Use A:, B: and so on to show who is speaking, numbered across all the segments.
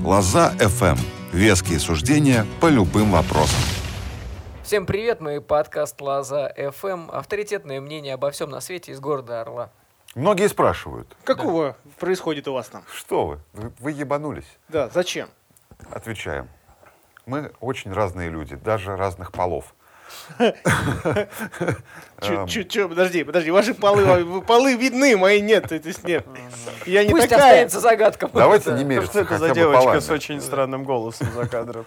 A: Лоза FM. Веские суждения по любым вопросам.
B: Всем привет, мы подкаст Лаза FM. Авторитетное мнение обо всем на свете из города Орла.
C: Многие спрашивают,
D: Какого происходит у вас там?
C: что вы, вы, вы ебанулись?
D: Да, зачем?
C: Отвечаем. Мы очень разные люди, даже разных полов.
D: Че, че, че, подожди, подожди, ваши полы, а, полы видны, мои нет, то есть нет. Я не
B: Пусть
D: такая.
B: останется загадка.
C: Давайте не
E: Ну, Что
C: мериться
E: это
C: хотя
E: за
C: бы
E: девочка
C: полами.
E: с очень странным голосом за кадром?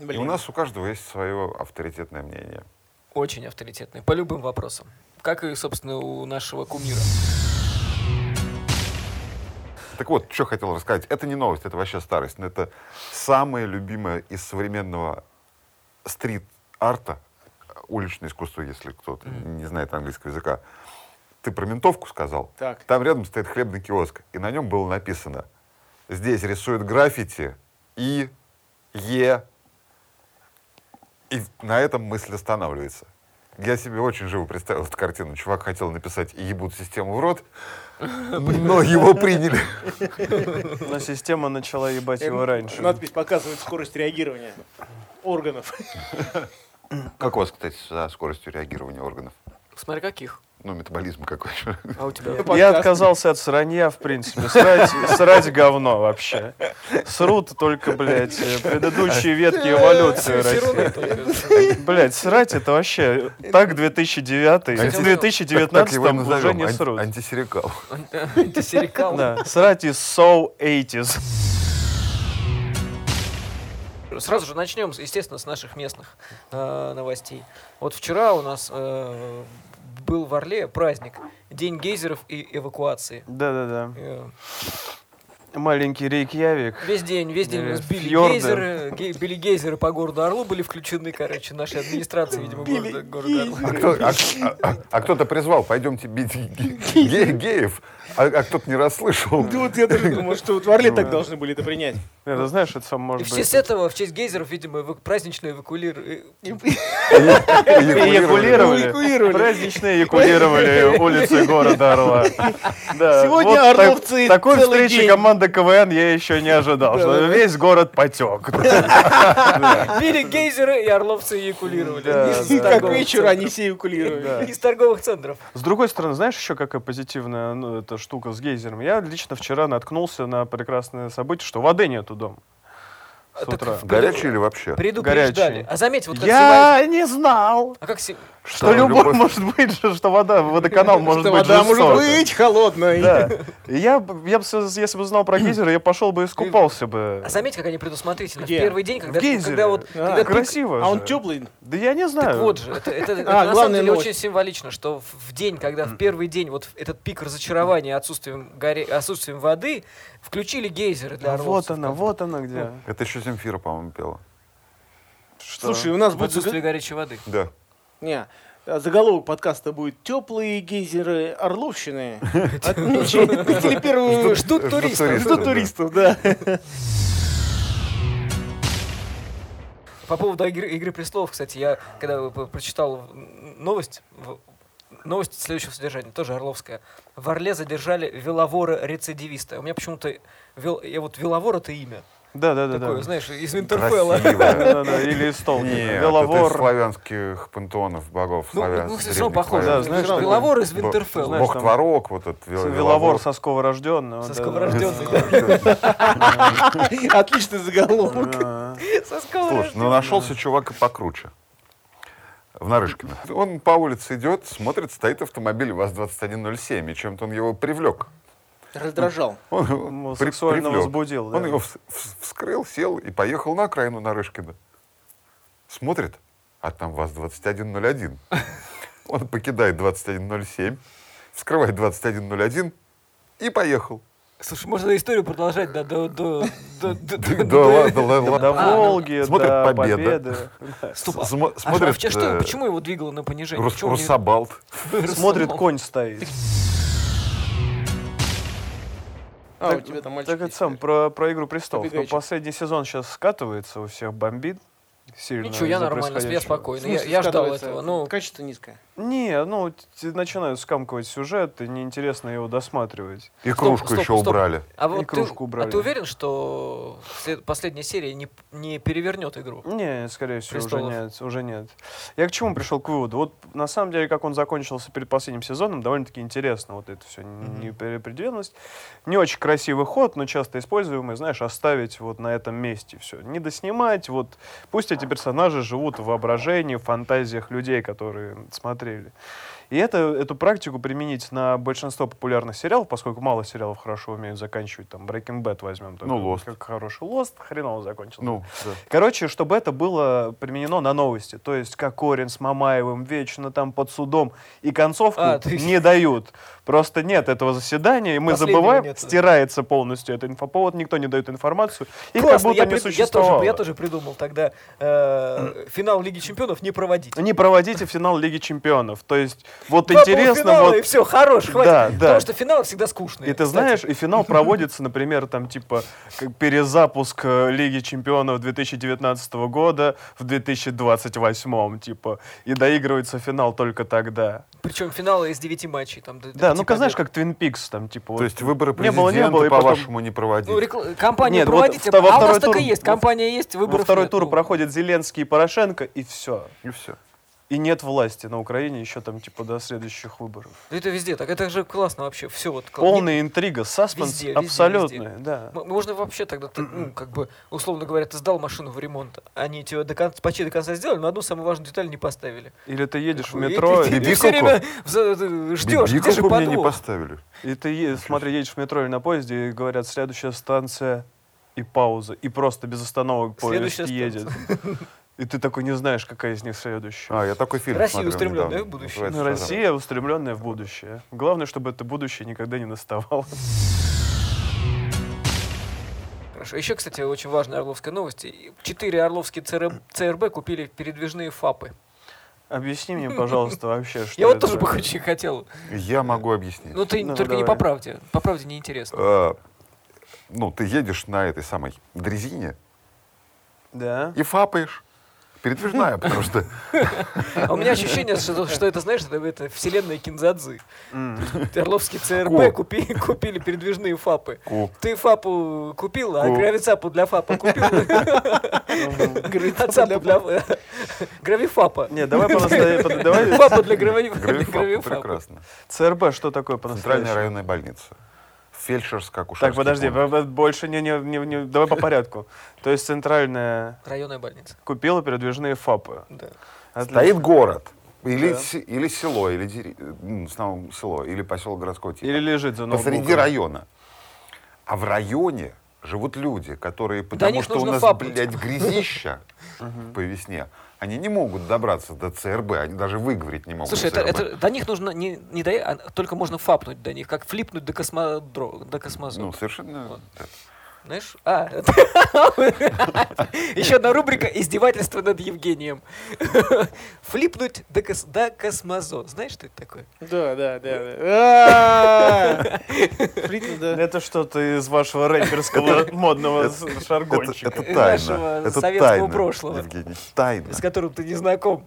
C: И
D: Блин.
C: у нас у каждого есть свое авторитетное мнение.
B: Очень авторитетный, по любым вопросам. Как и, собственно, у нашего кумира.
C: Так вот, что хотел рассказать. Это не новость, это вообще старость. Но это самое любимое из современного стрит-арта, э, уличное искусство, если кто-то не знает английского языка. Ты про ментовку сказал?
D: Так.
C: Там рядом стоит хлебный киоск, и на нем было написано «Здесь рисуют граффити и е». И на этом мысль останавливается. Я себе очень живо представил эту картину. Чувак хотел написать «Ебут систему в рот», но его приняли.
E: Но система начала ебать его
D: Эм,
E: раньше.
D: Надпись показывает скорость реагирования органов.
C: Как у вас, кстати, со скоростью реагирования органов?
B: Смотри, каких.
C: Ну, метаболизм какой же.
B: А у тебя?
E: Я
D: Подкаст.
E: отказался от сранья, в принципе. Срать, срать говно вообще. Срут только, блядь, э, предыдущие ветки эволюции России. Блядь, срать это вообще так 2009
C: Так,
E: В
C: Так его и
E: 2019 уже
C: назовем,
E: не
C: ан-
E: срут.
C: Антисерикал.
B: Ты серикал.
E: Да, срать из so 80s.
B: Сразу же начнем, естественно, с наших местных э, новостей. Вот вчера у нас э, был в Орле праздник. День гейзеров и эвакуации.
E: Да-да-да.
B: Э,
E: Маленький Рейкьявик.
B: Весь день, весь день у нас
E: Э,
B: били
E: фьорды.
B: гейзеры, гей- били гейзеры по городу Орлу, были включены, короче, наши администрации, видимо, города, города Орла.
C: А кто- а- а- а- а кто-то призвал, пойдемте бить ге- ге- геев, а а кто-то не расслышал.
D: Ну вот я тоже думал, что вот в Орле так должны были это принять.
E: Это знаешь, это сам
B: И
E: может
B: в честь
E: быть.
B: этого, в честь гейзеров, видимо, эвак- э, празднично эвакулировали.
E: Эякулировали.
D: Эякулировали.
E: Празднично эякулировали улицы города Орла. Да,
D: Сегодня
E: вот так-
D: орловцы
E: такой
D: целый
E: встречи
D: день.
E: команды КВН я еще не ожидал, что весь город потек.
B: Били гейзеры, и орловцы эякулировали.
E: Да,
B: Из- из
E: да.
D: И как
B: торговых
D: вечер
B: центров.
D: они все эякулировали.
B: Из торговых центров.
E: С другой стороны, знаешь еще какая позитивная ну, эта штука с гейзером? Я лично вчера наткнулся на прекрасное событие, что воды нету дома.
D: А
E: С
B: так
E: утра.
C: Горячий или вообще?
B: Предупреждали.
E: Горячие.
B: А заметь, вот как сегодня-
E: Я не знал,
B: А как се-
E: что любой может быть, же, что вода, водоканал может
D: Что
E: быть
D: вода может
E: жесток.
D: быть холодной.
E: Да. И Я, б- я бы, с- если бы знал про гейзеры, я пошел бы и искупался бы.
B: А заметь, как они предусмотрительны. В
D: Где?
B: первый день, когда,
E: В гейзере.
B: когда вот...
D: А,
B: когда пик-
E: Красиво
D: А он
E: же.
D: теплый.
E: Да я не знаю.
B: Так вот же, это, это- это на
D: А,
B: самом
D: главная
E: ну,
B: деле
D: новость.
B: очень символично, что в в день, когда в первый день вот этот пик разочарования отсутствием, горе... отсутствием воды, включили гейзеры для
E: А вот
B: орловцев.
E: она,
B: как бы. Ну,
E: вот она где.
C: Это еще Земфира, по-моему, пела.
D: Слушай, у нас
B: В
D: будет загад-
B: отсутствие горячей воды.
C: Да.
D: Не, а, заголовок подкаста будет «Теплые гейзеры Орловщины отмечали первую
B: Ждут
C: Ждут
B: туристов.
C: туристов.
D: жду туристов», да.
B: По поводу «Игры, «Игры престолов», кстати, я когда п- прочитал м, новость, в- новость следующего содержания, тоже Орловская. В Орле задержали веловора-рецидивиста. У меня почему-то... Вел... Я вот веловор — это имя.
E: Да, да, да,
B: такое,
E: да.
B: знаешь, из Интерфелла.
C: Красивая.
E: Да, да, или из столбика.
C: Нет, это из
E: Веловор.
C: славянских пантеонов богов.
B: Ну, ну,
C: славян-
B: ну, все равно
C: древних
B: похоже.
E: Да,
C: славян.
E: знаешь,
B: Веловор Веловор из Винтерфелла.
E: знаешь,
C: Бог
E: там-
C: Творог, вот этот вел-
E: Веловор сосково
B: Ну
E: рожденного.
B: Сосковырождённый.
D: Отличный заголовок.
B: Со
C: Слушай,
B: сковородки.
C: ну нашелся чувак и покруче. В Нарышкино. Он по улице идет, смотрит, стоит автомобиль ВАЗ-2107, и чем-то он его привлек.
D: Раздражал.
C: Он
E: Ну,
C: его при-
E: сексуально
C: привлек.
E: возбудил, да.
C: Он его вс- вс- вскрыл, сел и поехал на окраину Нарышкина. Смотрит, а там ВАЗ-2101. Он покидает 2107, вскрывает 2101 и поехал.
B: Слушай, можно историю продолжать да, до... до, до, до,
C: Да,
B: до-
C: ладно, ладно,
E: До
B: А,
C: ладно.
B: ну,
E: Волги,
C: Смотрит
E: до
C: «Победа».
E: Победы.
B: Стоп, а-
C: Смо-
B: а что- а
C: Смотрит,
B: вообще что,
C: э,
B: почему его двигало на понижение?
C: Рус-
B: Почему он не-
C: Русабалт.
E: Смотрит,
B: Русабалт?
E: конь стоит.
D: А, у тебя там мальчик
E: Так это
D: есть.
E: сам, про, про «Игру престолов». Ну,
D: Побегайчик.
E: последний сезон сейчас скатывается, у всех бомбит. Сильно
B: Ничего, я
E: из-за
B: нормально, я
E: происходящего.
D: В
B: спокойно, я,
D: смысле,
B: я ждал
D: скатывается?
B: этого. Ну,
D: Качество низкое.
E: Не, ну, т- начинают скамкивать сюжет, и неинтересно его досматривать.
C: И кружку
B: стоп,
C: еще
B: стоп.
C: убрали.
B: А
E: И
B: вот ты,
E: кружку
B: а
E: убрали.
B: ты уверен, что след- последняя серия не, не перевернет игру?
E: Не, скорее всего, уже
B: Престолов.
E: нет, уже нет. Я к чему пришел к выводу? Вот на самом деле, как он закончился перед последним сезоном, довольно-таки интересно. Вот это все неопределенность. Не очень красивый ход, но часто используемый, знаешь, оставить вот на этом месте все. Не доснимать, вот пусть эти персонажи живут в воображении, в фантазиях людей, которые смотрели. И это, эту практику применить на большинство популярных сериалов, поскольку мало сериалов хорошо умеют заканчивать, там, Breaking Bad возьмем. только,
C: Ну, Lost.
E: Как хороший Lost, хреново закончился.
C: Ну, да.
E: Короче, чтобы это было применено на новости. То есть, как Корин с Мамаевым вечно там под судом. И концовку
B: А, ты-
E: не дают. Просто нет этого заседания, и мы
B: Последнего
E: забываем,
B: нет, да.
E: стирается полностью этот инфоповод, никто не дает информацию. И как
B: Классно,
E: будто
B: я,
E: не
B: прид- я
E: существовало.
B: тоже, я тоже придумал тогда э, финал Лиги Чемпионов не проводить.
E: Не проводите финал Лиги Чемпионов. То есть, вот
B: Два
E: интересно,
B: полуфинала,
E: вот
B: и все, хорош, хватит.
E: Да, да.
B: Потому что финал всегда скучный.
E: И ты
B: Ну, кстати.
E: знаешь, и финал проводится, например, там типа как перезапуск э, Лиги Чемпионов 2019 года в 2028, типа, и доигрывается финал только тогда.
B: Причем финал из девяти матчей. Там, до- до
E: Да,
B: пяти
E: ну ка знаешь,
B: побед.
E: как Twin Peaks там, типа. вот-
C: То есть выборы
E: Не было,
C: президента,
E: не было, и потом-
C: по-вашему, не проводить.
B: Ну, рекл- компанию
E: Нет, вот
B: проводите,
E: вто- во
B: а у нас
E: второй
B: так и
E: тур-
B: есть.
E: во-
B: Компания есть,
E: во
B: выборов
E: второй
B: нет.
E: тур
B: Ну,
E: проходят Зеленский и Порошенко, и все.
C: И все.
E: И нет власти на Украине еще там, типа, до следующих выборов.
B: да Это везде, так это же классно вообще. Все вот кла-
E: Полная интрига, саспенс
B: Везде, везде,
E: абсолютный,
B: везде.
E: да.
B: М- Можно вообще тогда, ты, ну, как бы, условно говоря, ты сдал машину в ремонт. Они тебе до конца, почти до конца сделали, но одну самую важную деталь не поставили.
E: Или ты едешь в
B: И- и-
E: метро,
B: и- и
E: и,
B: ты все время за- э, ждешь, где же
C: Бибиковку мне не
B: подвох?
C: поставили.
E: И ты, е- смотри, едешь в метро или на поезде, и говорят, следующая станция, и пауза, и просто без остановок поезд
B: Следующая
E: едет. И ты такой не знаешь, какая из них следующая.
C: А, я такой фильм
B: Россия
C: смотрел
B: устремленная
C: недавно.
B: в будущее.
C: Называется
E: Ну,
C: «Шазам».
E: Россия, устремленная в будущее. Главное, чтобы это будущее никогда не наставало.
B: Хорошо. Еще, кстати, очень важная орловская новость. И Четыре орловские ЦР- ЦРБ купили передвижные ФАПы.
E: Объясни мне, пожалуйста, вообще, что
B: Я вот
E: это.
B: тоже бы очень хотел.
C: Я могу объяснить.
B: Но ты
E: Ну,
B: только не
E: давай.
B: по правде. По правде неинтересно.
C: Э, Ну, ты едешь на этой самой дрезине
E: Да.
C: и фапаешь. Передвижная, потому что
B: А у меня ощущение, что, что это, знаешь, это, это вселенная Кинзадзы.
E: М.
B: Орловский
C: Ку.
B: ЦРБ купи- купили передвижные ФАПы.
C: Ку.
B: Ты ФАПу купил, а
C: Ку.
B: гравицапу для ФАПа купил. Гравицапу для... Гравифапа.
E: Не, давай по-настоящему. Давай.
B: Фапа для грави- для
C: Гравифап,
B: гравифапа.
C: прекрасно.
E: ЦРБ, что такое
C: Центральная
E: по-настоящему?
C: районная больница. Фельдшерская акушерская
E: Так, подожди,
C: пункт.
E: б- б- больше не, не, не, не- давай по порядку. То есть центральная
B: Районная больница.
E: купила передвижные фапы.
B: Да.
E: Отлично.
C: Стоит город. Или,
E: Да.
C: се- или село, или дери- э, ну, в основном село, или поселок городского типа.
E: Или лежит за
C: Посреди
E: ноутбуком.
C: района. А в районе живут люди, которые, потому
B: них
C: что у
B: нужно
C: нас,
B: фапнуть.
C: блядь, грязища по весне, они не могут добраться до ЦРБ, они даже выговорить не могут.
B: Слушай, это,
C: ЦРБ.
B: это до них нужно не, не до, а только можно фапнуть до них, как флипнуть до космодро, до космозона.
C: Ну, совершенно...
B: Вот.
C: да.
B: Знаешь? А, еще одна рубрика «Издевательство над Евгением». Флипнуть до, кос, до космозон. Знаешь, что это такое?
D: Да, да, да. да. А-а-а. Флит, да.
E: Это что-то из вашего рэперского модного с-
C: Это,
E: шаргончика.
C: это
B: Из
C: тайна.
B: нашего
C: Это
B: советского
C: тайна,
B: прошлого.
C: Евгений. Тайна.
B: С которым ты не знаком.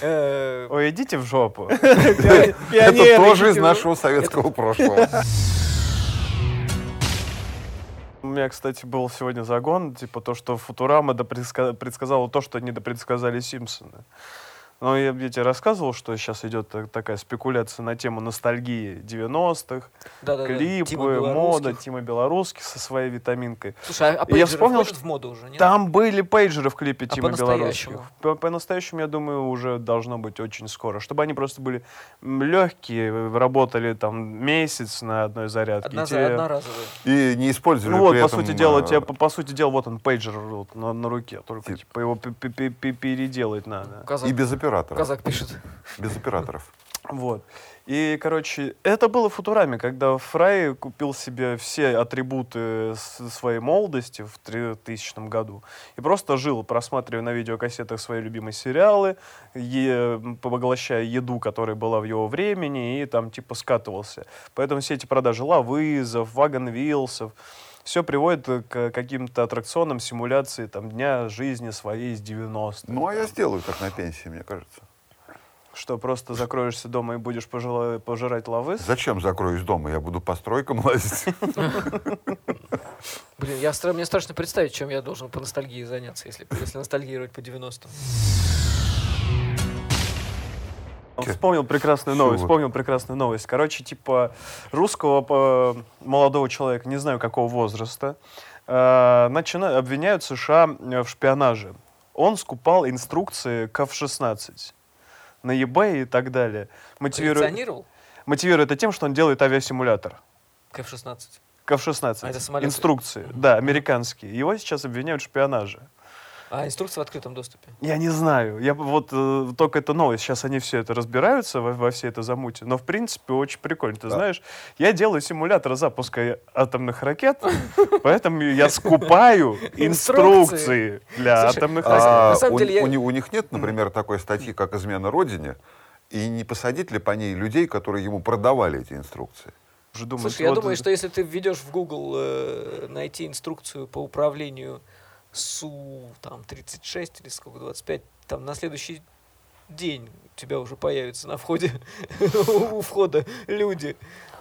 B: Э,
E: Ой, идите в жопу.
D: Пионеры,
C: Это тоже из
D: идите.
C: нашего советского прошлого.
E: У меня, кстати, был сегодня загон, типа то, что Футурама допредска- предсказала то, что не допредсказали Симпсоны. Но я, я тебе рассказывал, что сейчас идет та- такая спекуляция на тему ностальгии 90-х,
C: Типа
B: да-да-да,
E: клипы,
B: Тима
E: мода,
B: Белорусских.
E: Тима Белорусских со своей витаминкой.
B: Слушай, а, а пейджеры
E: вспомнил,
B: входят
E: что
B: в моду уже, нет?
E: Там были пейджеры в клипе
B: А
E: Тима
B: по-настоящему?
E: Белорусских. По- По-настоящему, я думаю, уже должно быть очень скоро. Чтобы они просто были легкие, работали там месяц на одной зарядке.
B: Одна,
E: и тебе-
B: одноразовые.
C: И не использовали
E: Ну вот,
C: при
E: по
C: этом,
E: сути дела,
C: э,
E: тебе, по, по сути дела, вот он, пейджер вот на, на руке, только
C: Тип.
E: типа, его пе- пе- пе- пе- переделать надо.
B: Казак,
C: И без операторов.
B: казак пишет.
C: Без операторов.
E: Вот. И, короче, это было в Футураме, когда Фрай купил себе все атрибуты с- своей молодости в 3000 году. И просто жил, просматривая на видеокассетах свои любимые сериалы, е- поглощая еду, которая была в его времени, и там типа скатывался. Поэтому все эти продажи лавызов, вагон-вилсов, все приводит э, к каким-то аттракционам, симуляции там, дня жизни своей из 90-х.
C: Ну, а я сделаю так на пенсии, мне кажется.
E: что просто закроешься дома и будешь пожила- пожирать лавы.
C: Зачем закроюсь дома? Я буду по стройкам лазить.
B: Блин, я, стра- мне страшно представить, чем я должен по ностальгии заняться, если, если ностальгировать по 90-м.
E: Вспомнил прекрасную новость.
C: Чего?
E: Вспомнил прекрасную новость. Короче, типа русского по- молодого человека, не знаю какого возраста, э, начина- обвиняют США э, в шпионаже. Он скупал инструкции к F-16 на eBay и так далее. Мотивирует,
B: Коллекционировал
E: мотивирует это тем, что он делает авиасимулятор.
B: к F-16.
E: КФ-16.
B: А это самолеты?
E: Инструкции, да, американские. Его сейчас обвиняют в шпионаже.
B: А инструкция в открытом доступе.
E: Я не знаю. Я б- вот э, только это новость. Сейчас они все это разбираются во, во всей этой замуте. Но в принципе очень прикольно. Ты знаешь, я делаю симулятор запуска э, атомных ракет, поэтому я скупаю инструкции для
B: Слушай,
E: атомных
B: а,
E: ракет.
C: А
B: на самом
C: у,
B: деле я-
C: у не- у них нет, например, такой статьи, как «Измена Родине», и не посадить ли по ней людей, которые ему продавали эти инструкции?
E: Уже думаю,
B: Слушай, я
E: вот-
B: думаю, что если ты введешь в Google э, найти инструкцию по управлению Су там 36 или сколько 25, там на следующий день у тебя уже появится на входе у входа люди.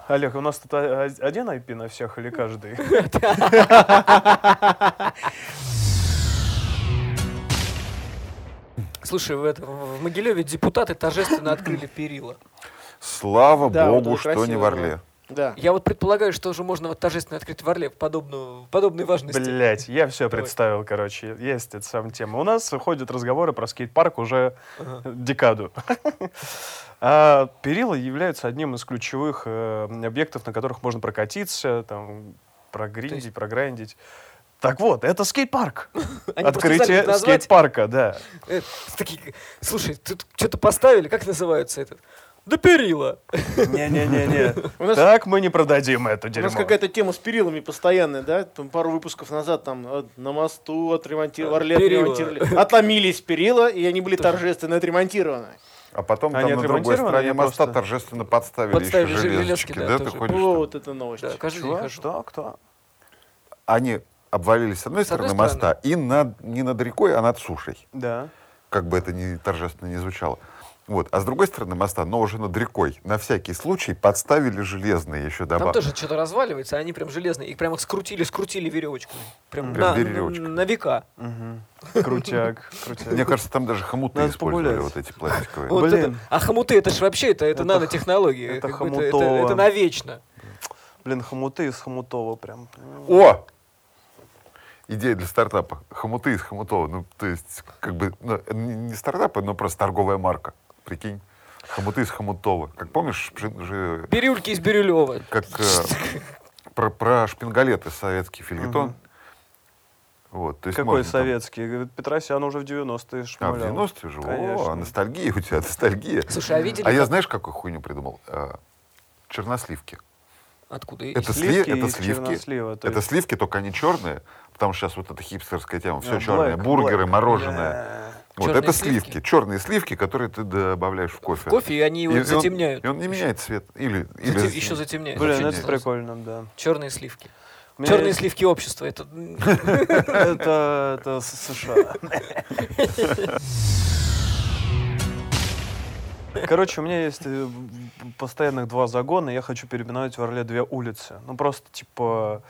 E: Олег, у нас тут о- о- один IP на всех или каждый?
B: Слушай, в, это, в Могилеве депутаты торжественно открыли перила.
C: Слава
D: Да, вот
C: богу,
D: это
C: что
D: красиво
C: не в
D: было.
C: Орле.
D: Да.
B: Я вот предполагаю, что уже можно вот торжественно открыть в Орле подобную, подобной важности.
E: Блять, я все
B: Давай.
E: представил, короче. Есть эта сам тема. У нас ходят разговоры про скейт-парк уже э,
B: Ага.
E: декаду. А перила являются одним из ключевых э, объектов, на которых можно прокатиться, там, прогриндить,
B: есть-
E: програндить. Так вот, это скейт-парк.
B: Они просто не знали,
E: Открытие
B: как назвать.
E: скейт-парка, да.
B: Э, такие, слушай, тут что-то поставили, как называется этот? Да перила.
D: У
E: Не-не-не-не.
D: нас-
E: Так мы не продадим это
D: У нас
E: дерьмо.
D: какая-то тема с перилами постоянная, да? Там пару выпусков назад там э, на мосту отремонтировали, в Орле
B: Перила.
D: отремонтировали. Отломились перила, и они были торжественно отремонтированы.
C: А потом
E: Они
C: там на другой
E: отремонтированы или
C: стороне моста
E: просто-
C: торжественно подставили,
B: Подставили
C: еще
B: же
C: железочки.
B: железки, да,
C: да, ты
B: тоже.
C: ходишь там.
D: Вот это новость.
B: Да, каждый день
E: Чего?
B: хожу.
E: Что? Кто?
C: Они обвалились с одной
B: С одной
C: стороны моста и над, не над рекой, а над сушей.
E: Да.
C: Как бы это ни торжественно не звучало. Вот. А с другой стороны моста, но уже над рекой, на всякий случай подставили железные еще
B: Там
C: добавки.
B: тоже что-то разваливается, а они прям железные. Их прям их скрутили, скрутили веревочками. Прям,
C: Прям
B: на,
C: веревочкой.
B: на века.
E: Мгм. Крутяк.
C: Мне
E: Крутяк.
C: кажется, там даже хомуты
E: Надо
C: использовали,
E: погулять.
C: вот эти пластиковые.
B: Вот
E: Блин.
B: это- а хомуты, это же вообще, это, это,
E: Это
B: нанотехнологии.
E: х- это
B: Как бы это,
E: хомутово.
B: это навечно.
E: Блин, хомуты из хомутова прям.
C: О! Идея для стартапа. Хомуты из хомутова. Ну, то есть, как бы, ну, не не стартапы, но просто торговая марка. Прикинь. Хомуты из хомутова. Как помнишь, шпин- же-
B: Бирюльки из Бирюлева.
C: как э, про, про шпингалеты советский фильетон. Вот, то есть
E: Какой
C: можно там-
E: советский? Говорит, Петросян уже в 90-е
C: А, в
E: шмалял.
C: 90-е же. О,
E: Конечно.
C: а ностальгия у тебя, ностальгия.
B: Слушай, а видели,
C: А я
B: как-
C: знаешь, какую хуйню придумал? Э, Черносливки.
B: откуда?
C: Это
E: сливки
C: сливки, это
E: из чернослива,
C: сливки.
E: то
C: Это
E: есть-
C: сливки, только они черные, потому что сейчас вот эта хипстерская тема, все
E: А,
C: черное,
E: black,
C: бургеры,
E: black.
C: мороженое. Вот
B: Чёрные
C: это
B: сливки?
C: сливки. черные сливки, которые ты добавляешь в кофе.
B: Кофе, и они его
C: И он-
B: затемняют.
C: И он не меняет цвет. Или, или
B: Затем- еще затемняют.
E: Блин, ну
C: Очень
E: это прикольно, да.
B: Черные сливки.
E: У меня
B: Черные
E: есть-
B: сливки общества. Это
E: Это, это с- США. Короче, у меня есть э, постоянных два загона, и я хочу переименовать в Орле две улицы. Ну, просто, типа...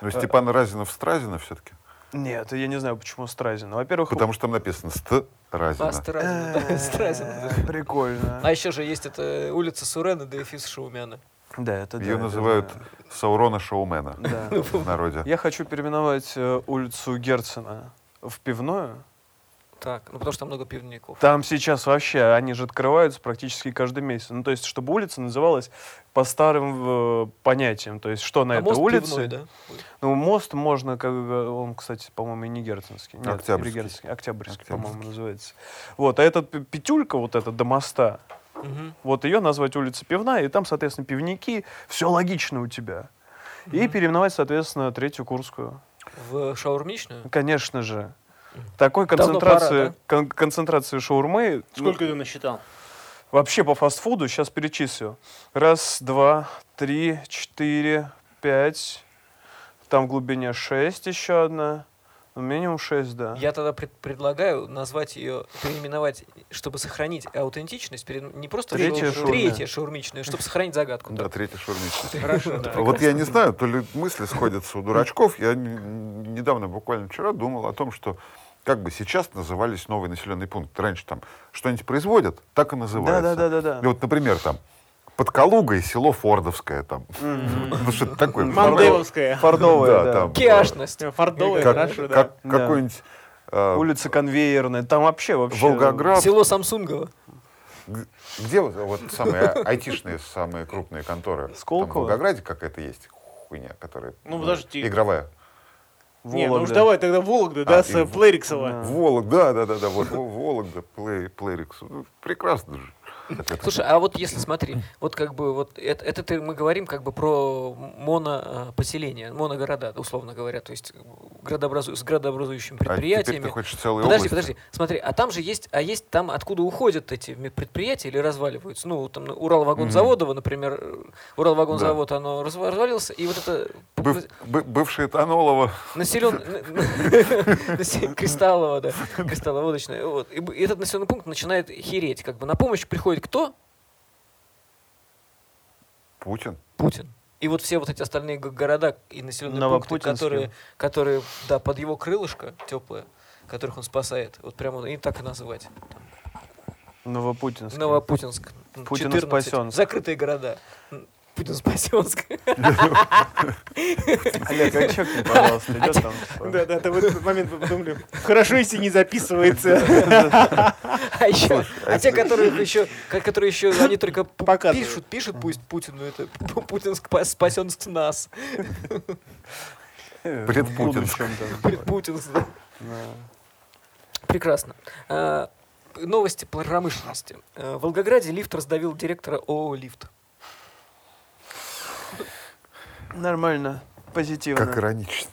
C: Ну, Степан Разинов Стразина все-таки.
E: Нет, я не знаю, почему Стразин. Во-первых...
C: Потому что там написано Ст Разина.
B: Стразина. да, Стразина.
E: э, Прикольно.
B: А еще же есть это улица Сурена, да и Фис Шаумяна.
E: Да, это да,
C: Ее
E: это
C: называют Саурона Шоумена
E: да.
B: Ну,
E: Да.
C: в народе.
E: Я хочу переименовать э, улицу Герцена в пивную.
B: Так, ну потому что там много пивников.
E: Там сейчас вообще, они же открываются практически каждый месяц. Ну, то есть, чтобы улица называлась по старым э, понятиям. То есть, что на
B: А
E: этой
B: мост
E: улице.
B: пивной, да?
E: Ну, мост можно, как бы, он, кстати, по-моему, и не Герценский. Нет, или
C: Октябрьский.
E: Герценский. Октябрьский, по-моему, называется. Вот, а этот пи- петюлька, вот эта до моста,
B: Мгм.
E: вот ее назвать улица Пивная, и там, соответственно, пивники, все логично у тебя. И переименовать, соответственно, Третью Курскую.
B: В шаурмичную?
E: Ну, Конечно же. Такой
B: Давно пора,
E: концентрации,
B: да?
E: кон- концентрации шаурмы... ну,
D: Сколько ты насчитал?
E: Вообще по фастфуду сейчас перечислю. Раз, два, три, четыре, пять. Там в глубине шесть еще одна. Ну, минимум 6, да.
B: Я тогда пред- предлагаю назвать ее, переименовать, чтобы сохранить аутентичность, пере- не просто
E: Третья
B: шаурм-
E: шаурма.
B: третья шаурмичная, чтобы сохранить загадку.
C: Да, третий шаурмичный.
B: Хорошо, да.
C: Вот я не знаю, то ли мысли сходятся у дурачков. Я н- недавно, буквально вчера, думал о том, что как бы сейчас назывались новые населенные пункты. Раньше там что-нибудь производят, так и называются.
E: Да-да-да-да-да.
C: И вот, например, там под Калугой село Фордовское там. Ну, что-то такое.
D: Мандевовская.
E: Фордовая, да.
C: там. э,
B: Киашность.
D: Фордовая,
C: Как-
D: хорошо, да.
C: как-
E: Да.
C: Какой-нибудь э,
E: Улица конвейерная. Там вообще вообще.
C: Волгоград.
B: Село Самсунгово.
C: Г- Где вот, вот самые а- айтишные, самые крупные конторы?
E: Сколково?
C: Там в Волгограде какая-то есть хуйня, которая...
D: Ну, подожди.
C: Игровая.
D: Не, ну уж
E: Вологда.
D: давай тогда Вологда, да,
C: А,
D: с
C: и
D: э,
C: в-
D: Плериксова.
C: Волог, да, да, да, да, вот Во- Вологда, Плей- Плейрикс. Ну, прекрасно же. Так это-
B: Слушай, а вот если смотри, вот как бы вот это, это ты- мы говорим как бы про монопоселение, моногорода, условно говоря, то есть э, градообразу- с градообразующими
C: А теперь
B: предприятиями.
C: ты хочешь целые
B: Подожди,
C: области.
B: подожди, смотри, а там же есть, а есть там, откуда уходят эти ми- предприятия или разваливаются? Ну, там ну, Уралвагонзаводово, например, э, Уралвагонзавод, оно разв- развалился, и вот это
C: Быв- бы- бывший Этанолова.
B: населен... насе- Кристаллово, да, кристалловодочное. Вот. И б- и этот населенный пункт начинает хереть. Как бы на помощь приходит кто?
C: Путин.
B: Путин. И вот все вот эти остальные г- города и населенные пункты,
E: Новопутинские.
B: которые, которые, да, под его крылышко теплое, которых он спасает, вот прямо и так и называть.
E: Новопутинск.
B: Новопутинск. м,
E: Путин
B: 14.
E: спасен.
B: Закрытые города. М, Путин спасенск.
E: Олег, а чё к ним, пожалуйста, идёт там? типа.
D: Да, да, да, в этот момент подумали. Хорошо, если не записывается.
B: А еще, а те, которые еще, ко- которые еще, они только п-
D: Показывают.
B: пишут, пишут, пусть Путину это п- Путинск спасенск нас.
E: В будущем, да.
B: Путинск. да.
E: Да.
B: Прекрасно. А, Новости по промышленности. А, В Волгограде лифт раздавил директора ООО «Лифт».
E: Нормально,
C: Как
E: позитивно.
C: иронично.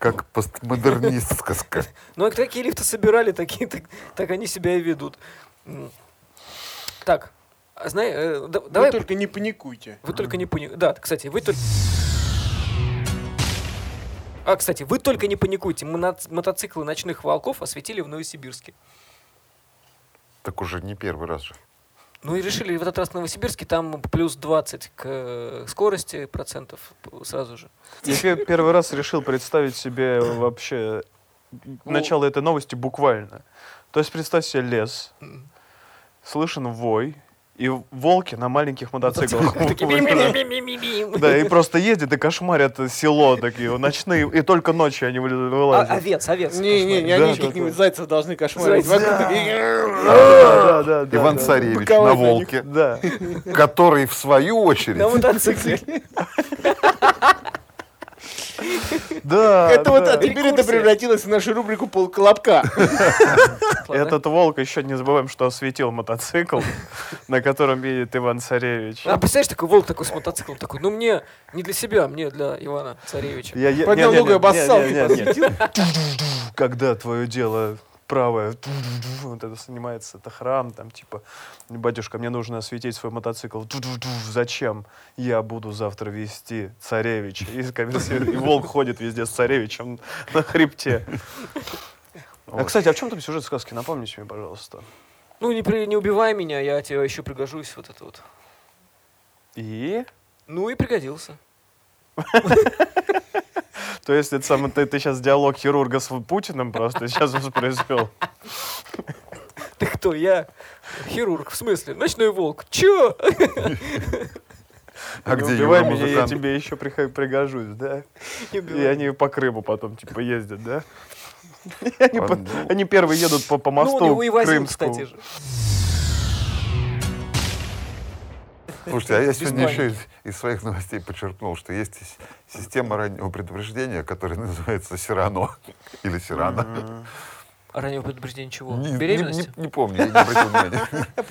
C: Как постмодернистская сказка.
B: Ну, а такие лифты собирали, такие, так, так они себя и ведут. М. Так, а знай, э, да-
D: Вы
B: давай...
D: только не паникуйте.
B: Вы только не паникуйте. Да, кстати, вы только... А, кстати, вы только не паникуйте. Моно- Мотоциклы ночных волков осветили в Новосибирске.
C: Так уже не первый раз же.
B: Ну и решили в этот раз в Новосибирске, там плюс 20 к э, скорости процентов сразу же.
E: Я пе- первый раз решил представить себе вообще
D: Ну,
E: начало этой новости буквально. То есть представь себе лес, слышен вой, и волки на маленьких мотоциклах.
B: Такие
E: Да.
B: ми-ми-ми-ми-ми-ми.
E: Да, и просто ездят и кошмарят село такие, ночные, и только ночью они выле-
B: А,
E: вылазят.
B: овец, овец.
D: Не, не, не,
E: Да,
D: они
E: что
D: каких-нибудь
E: такое?
D: зайцев должны кошмарить.
B: Зайцы,
D: Вокруг такие,
E: Да, да, да,
C: Иван
E: да.
C: Царевич
D: Боковой
C: на
D: на них.
C: волке,
E: Да.
C: который в свою
B: На
C: очередь...
B: мотоцикле.
E: Да,
D: Это вот,
E: да.
D: а теперь это
B: Рекурсия.
D: превратилось в нашу рубрику «Полколобка».
E: Этот волк еще не забываем, что осветил мотоцикл, на котором едет Иван Царевич.
B: А представляешь, такой волк такой с мотоциклом такой, ну мне не для себя, мне для Ивана Царевича.
E: Я, я,
D: Поднял
E: не- не-
D: ногу и
E: не-
D: обоссал,
E: не- не-
D: типа,
E: не- не. Когда твое дело правое, вот это снимается, это храм, там типа, батюшка, мне нужно осветить свой мотоцикл. Зачем? Я буду завтра вести царевича. И, коммерсант- и волк ходит везде с царевичем на хребте. А, кстати, а в чем там сюжет сказки? Напомните мне, пожалуйста.
B: Ну не, при- не убивай меня, я тебе еще пригожусь, вот это вот.
E: И?
B: Ну и пригодился.
E: То есть это самый, ты, сейчас диалог хирурга с Путиным просто сейчас воспроизвел.
B: Ты кто? Я хирург, в смысле? Ночной волк. Чё?
C: А
E: Не
C: где
E: убивай
C: Юра
E: меня, я
C: Музыкант?
E: тебе еще прихо- пригожусь, да?
B: Не
E: И
B: убивай.
E: они по Крыму потом, типа, ездят, да? И Они, по-
C: Ну.
E: они первые едут по, по
B: Ну,
E: мосту
B: он его и возил,
E: Крымскому.
B: кстати же.
C: Слушайте, а я сегодня
B: паники.
C: еще из, из своих новостей подчеркнул, что есть с- система раннего предупреждения, которая называется Сирано или Сирано.
B: А Раннего предупреждения чего?
C: Не- не-
B: Беременности?
C: Не, не помню, я не обратил внимания.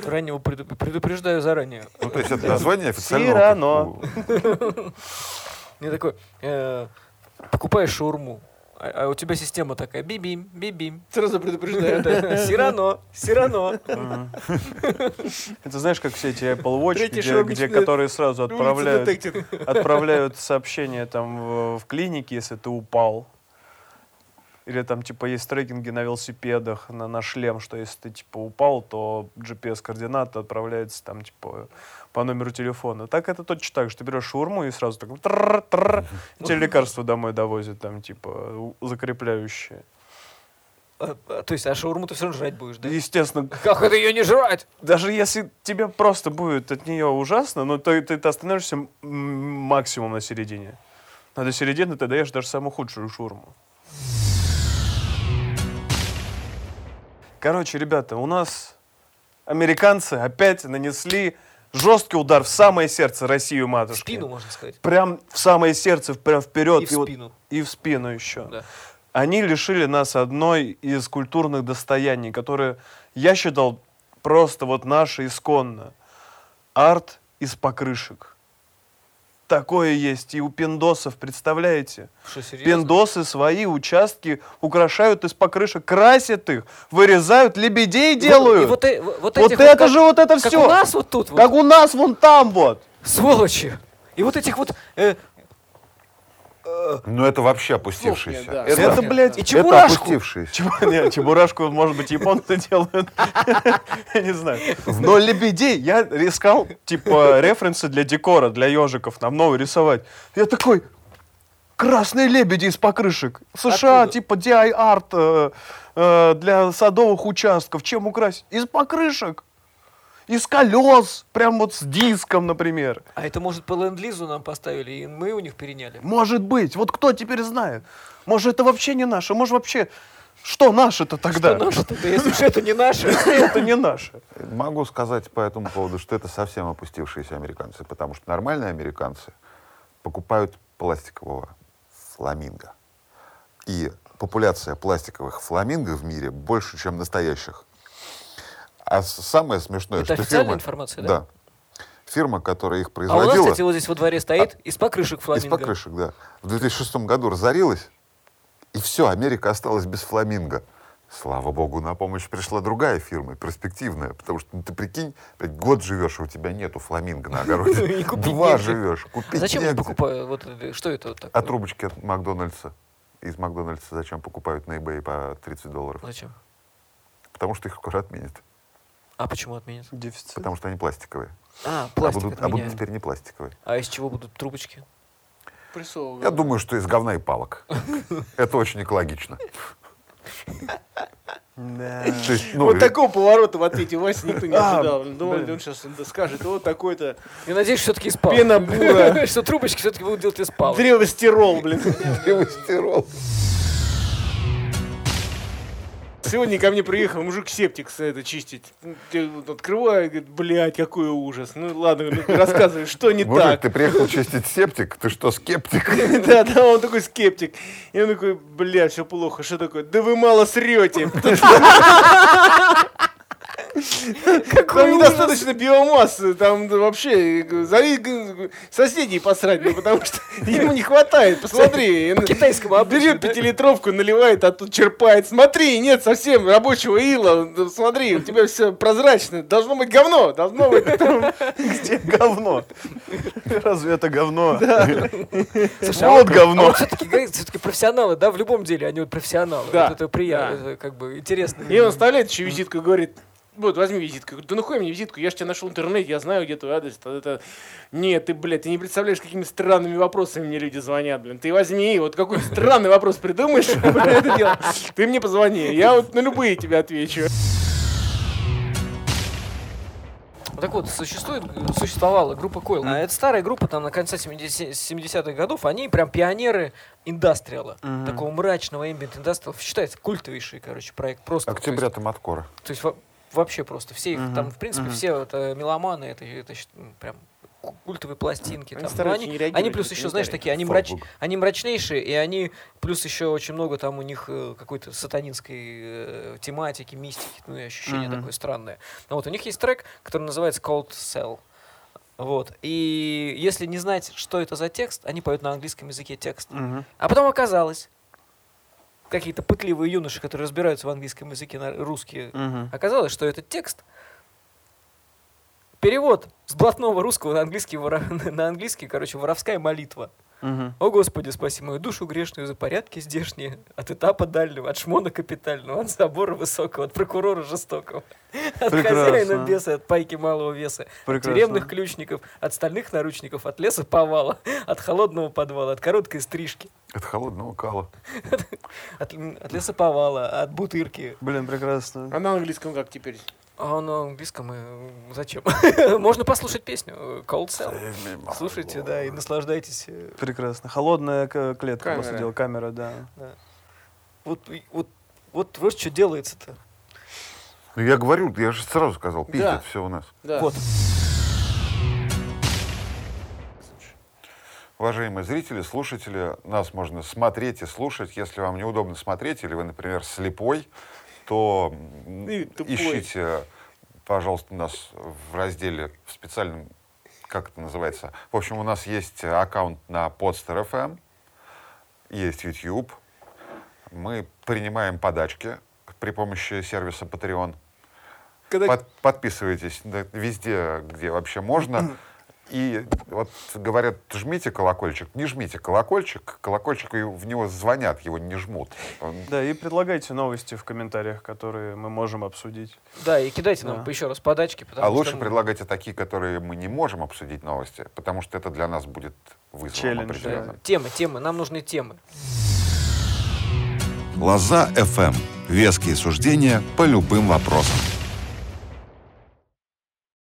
B: Раннего преду- предупреждаю заранее.
C: Ну, то есть это название официального...
E: Сирано.
C: как-
B: Мне такой, э, покупаешь шаурму, а а у тебя система такая, бибим, бибим.
D: Сразу предупреждаю.
B: Сирано, сирано.
E: Мгм. Это знаешь, как все эти Apple Watch,
D: Третий
E: где,
D: шаг
E: где
D: тебя
E: которые
B: Ну,
E: сразу
D: Улица
E: отправляют,
D: детектив.
E: отправляют сообщение там в, в клинике, если ты упал. Или там, типа, есть трекинги на велосипедах, на, на шлем, что если ты, типа, упал, то GPS-координаты отправляются там, типа, по номеру телефона. Так это точно так же. Ты берешь шаурму и сразу так трррр, трррр, и тебе лекарства домой довозят, там, типа, у- закрепляющие.
B: А, а, То есть, а шаурму ты все равно жрать будешь, да?
E: Да, естественно,
B: Как это ее не жрать?
E: даже если тебе просто будет от нее ужасно, но ты, ты, ты остановишься м- максимум на середине. А до середины ты даешь даже самую худшую шурму. Короче, ребята, у нас американцы опять нанесли жесткий удар в самое сердце Россию
B: В
E: матушки.
B: спину, можно сказать.
E: Прям в самое сердце, в- прям вперед.
B: И в
E: вот-
B: спину.
E: и в спину еще.
B: Да.
E: Они лишили нас одной из культурных достояний, которые я считал просто вот наше исконно. Арт из покрышек. Такое есть и у пиндосов, представляете?
B: Что, серьезно?
E: Пиндосы свои участки украшают из покрышек, красят их, вырезают, лебедей делают.
B: И вот, э- вот,
E: Вот
B: этих
E: это
B: как-
E: же вот это
B: как
E: всё.
B: у нас вот тут вот,
E: Как у нас вон там вот.
B: сволочи. И вот этих вот... э,
C: Ну это вообще опустившийся.
D: да.
C: Это,
E: Это, блядь,
B: и
C: это
B: чебурашку.
C: опустившийся.
E: Чебу- не, чебурашку, может быть, японцы делают. Я не знаю. Но лебедей я искал, типа, референсы для декора, для ежиков, нам новый рисовать. Я такой, красные лебеди из покрышек. США,
B: Откуда?
E: типа, DI-арт э, э, для садовых участков. Чем украсить? Из покрышек. Из колес, прям вот с диском, например.
B: А это, может, по ленд-лизу нам поставили, и мы у них переняли.
E: Может быть, вот кто теперь знает? Может, это вообще не наше? Может, вообще, что наше-то тогда?
B: Что наше-то? Да Если уж это не наше. А
E: Это не наше.
C: Могу сказать по этому поводу, что это совсем опустившиеся американцы, потому что нормальные американцы покупают пластикового фламинго. И популяция пластиковых фламинго в мире больше, чем настоящих. А с- самое смешное,
B: Это
C: что
B: официальная
C: фирма...
B: информация, да?
C: да? Фирма, которая их
B: А у
C: производила...
B: нас, кстати, вот здесь во дворе стоит из покрышек
C: Из
B: фламинго.
C: покрышек, да. В 2006 году разорилась, и все, Америка осталась без фламинго. Слава богу, на помощь пришла другая фирма, перспективная, потому что, ну, ты прикинь, блядь, год живешь, а у тебя нету фламинго на огороде.
B: И купить
C: Два
B: негде.
C: живешь, купить
B: А Зачем я
C: негде.
B: покупаю? Вот это- что это вот такое?
C: А трубочки от Макдональдса? Из Макдональдса зачем покупают на eBay по 30 долларов?
B: Зачем?
C: Потому что их скоро отменят.
B: А почему отменят?
E: Дефицит.
C: Потому что они пластиковые.
B: А,
C: А
B: пластик
C: будут, а будут
B: отменяют.
C: теперь не пластиковые.
B: А из чего будут трубочки?
D: Прессовываю.
B: ну,
C: Я думаю, что из говна и палок. Это очень экологично.
E: Да.
C: То есть, ну,
D: Вот
C: и-
D: такого поворота в ответе Вася никто не
E: А,
D: ожидал. Думал,
E: блин.
D: он сейчас скажет, вот такой-то
B: Я надеюсь, все-таки из палок.
D: Пенобура.
B: Что трубочки все-таки будут делать из палок.
D: древостерол, блин.
C: Древостерол.
D: Сегодня ко мне приехал мужик септик с- это чистить. Ну, я вот Открываю, говорит, блядь, какой ужас. Ну ладно, ну, рассказывай, что не
C: Мужик,
D: так.
C: ты приехал чистить септик? Ты что, скептик?
D: Да, да, он такой скептик. И он такой, бля, все плохо, что такое? Да вы мало срете. Там недостаточно биомассы, там да, вообще э, зови г- соседей посрать, ну, потому что ему не хватает, посмотри.
B: китайскому обычаю,
D: Берет
B: да?
D: пятилитровку, наливает, а тут черпает. Смотри, нет совсем рабочего ила, Да смотри, у тебя все прозрачно, должно быть говно, должно быть.
E: Где говно? Разве это говно?
B: Слушай, а
E: Вот
B: А
E: говно.
B: вот все-таки, все-таки профессионалы, да, в любом деле, они вот профессионалы.
D: Да.
B: Вот это приятно,
D: Да.
B: это как бы интересно.
D: И он вставляет еще визитку и говорит, вот, возьми визитку. Я говорю, Да ну хуй мне визитку, я же тебя нашел в интернете, я знаю, где твой адрес. Та- та- та. Нет, ты, блядь, ты не представляешь, какими странными вопросами мне люди звонят, блин. Ты возьми, вот какой странный вопрос придумаешь, блядь, это дело. Ты мне позвони, я вот на любые тебе отвечу.
B: Так вот, существует, существовала группа Coil. А это старая группа, там, на конце 70 70-х годов, они прям пионеры индастриала.
E: Мгм.
B: Такого мрачного ambient индастриала. Считается культовейший, короче, проект. Просто, то есть-
C: Октября-то Маткора.
B: То есть во- вообще просто все их,
E: Мгм,
B: там, в принципе,
E: мгм.
B: все это меломаны, это, это щ- м, прям ку- культовые пластинки.
D: Они
B: Там. Ну,
D: стараются
B: они, они
D: не реагировать
B: плюс
D: на
B: еще, знаешь,
D: комментарии.
B: такие, они,
C: Слава
B: мрач,
C: богу.
B: они мрачнейшие, и они плюс еще очень много там у них э, какой-то сатанинской э, тематики, мистики, ну и ощущение
E: Мгм.
B: такое странное. Но вот у них есть трек, который называется Cold Cell. Вот. И если не знать, что это за текст, они поют на английском языке текст.
E: Мгм.
B: А потом оказалось, какие-то пытливые юноши, которые разбираются в английском языке на русские
E: Мгм.
B: Оказалось, что этот текст перевод с блатного русского на английский, вора- на английский, короче, воровская молитва.
E: Мгм.
B: О, Господи, спаси мою душу грешную за порядки здешние, от этапа дальнего, от шмона капитального, от забора высокого, от прокурора жестокого, от
E: Прекрасно.
B: хозяина беса, от пайки малого веса, от
E: Прекрасно.
B: тюремных ключников, от стальных наручников, от леса повала, от холодного подвала, от короткой стрижки,
C: От холодного кала.
B: от, м, от леса повала, от бутырки.
E: Блин, прекрасно.
D: А на английском как теперь?
B: А на английском э, зачем? Можно послушать песню э, Cold Cell. Слушайте, да, и наслаждайтесь э,
E: Прекрасно. Холодная к- клетка
D: Камера.
E: просто делал. Камера, да.
B: Вот, и- вот, вот, вот что делается-то.
C: Ну я говорю, я же сразу сказал,
D: Да.
C: пиздец, все у нас.
D: Да.
B: Вот.
C: Уважаемые зрители, слушатели, нас можно смотреть и слушать. Если вам неудобно смотреть, или вы, например, слепой, то м,
D: Или тупой.
C: ищите, пожалуйста, нас в разделе в специальном, как это называется. В общем, у нас есть аккаунт на Podster FM, есть YouTube. Мы принимаем подачки при помощи сервиса Patreon.
B: Когда
C: Под- подписывайтесь да, везде, где вообще можно. И вот говорят, жмите колокольчик, не жмите колокольчик, колокольчик и в него звонят, его не жмут. Он-
E: Да, и предлагайте новости в комментариях, которые мы можем обсудить.
B: Да, и кидайте нам
E: Да.
B: еще раз подачки, потому
C: а
B: что
C: лучше
B: мы-
C: предлагайте такие, которые мы не можем обсудить новости, потому что это для нас будет вызовом
E: Челлендж,
C: определенным.
B: темы, темы, нам нужны темы.
A: Эм. Лоза FM. Веские суждения по любым вопросам.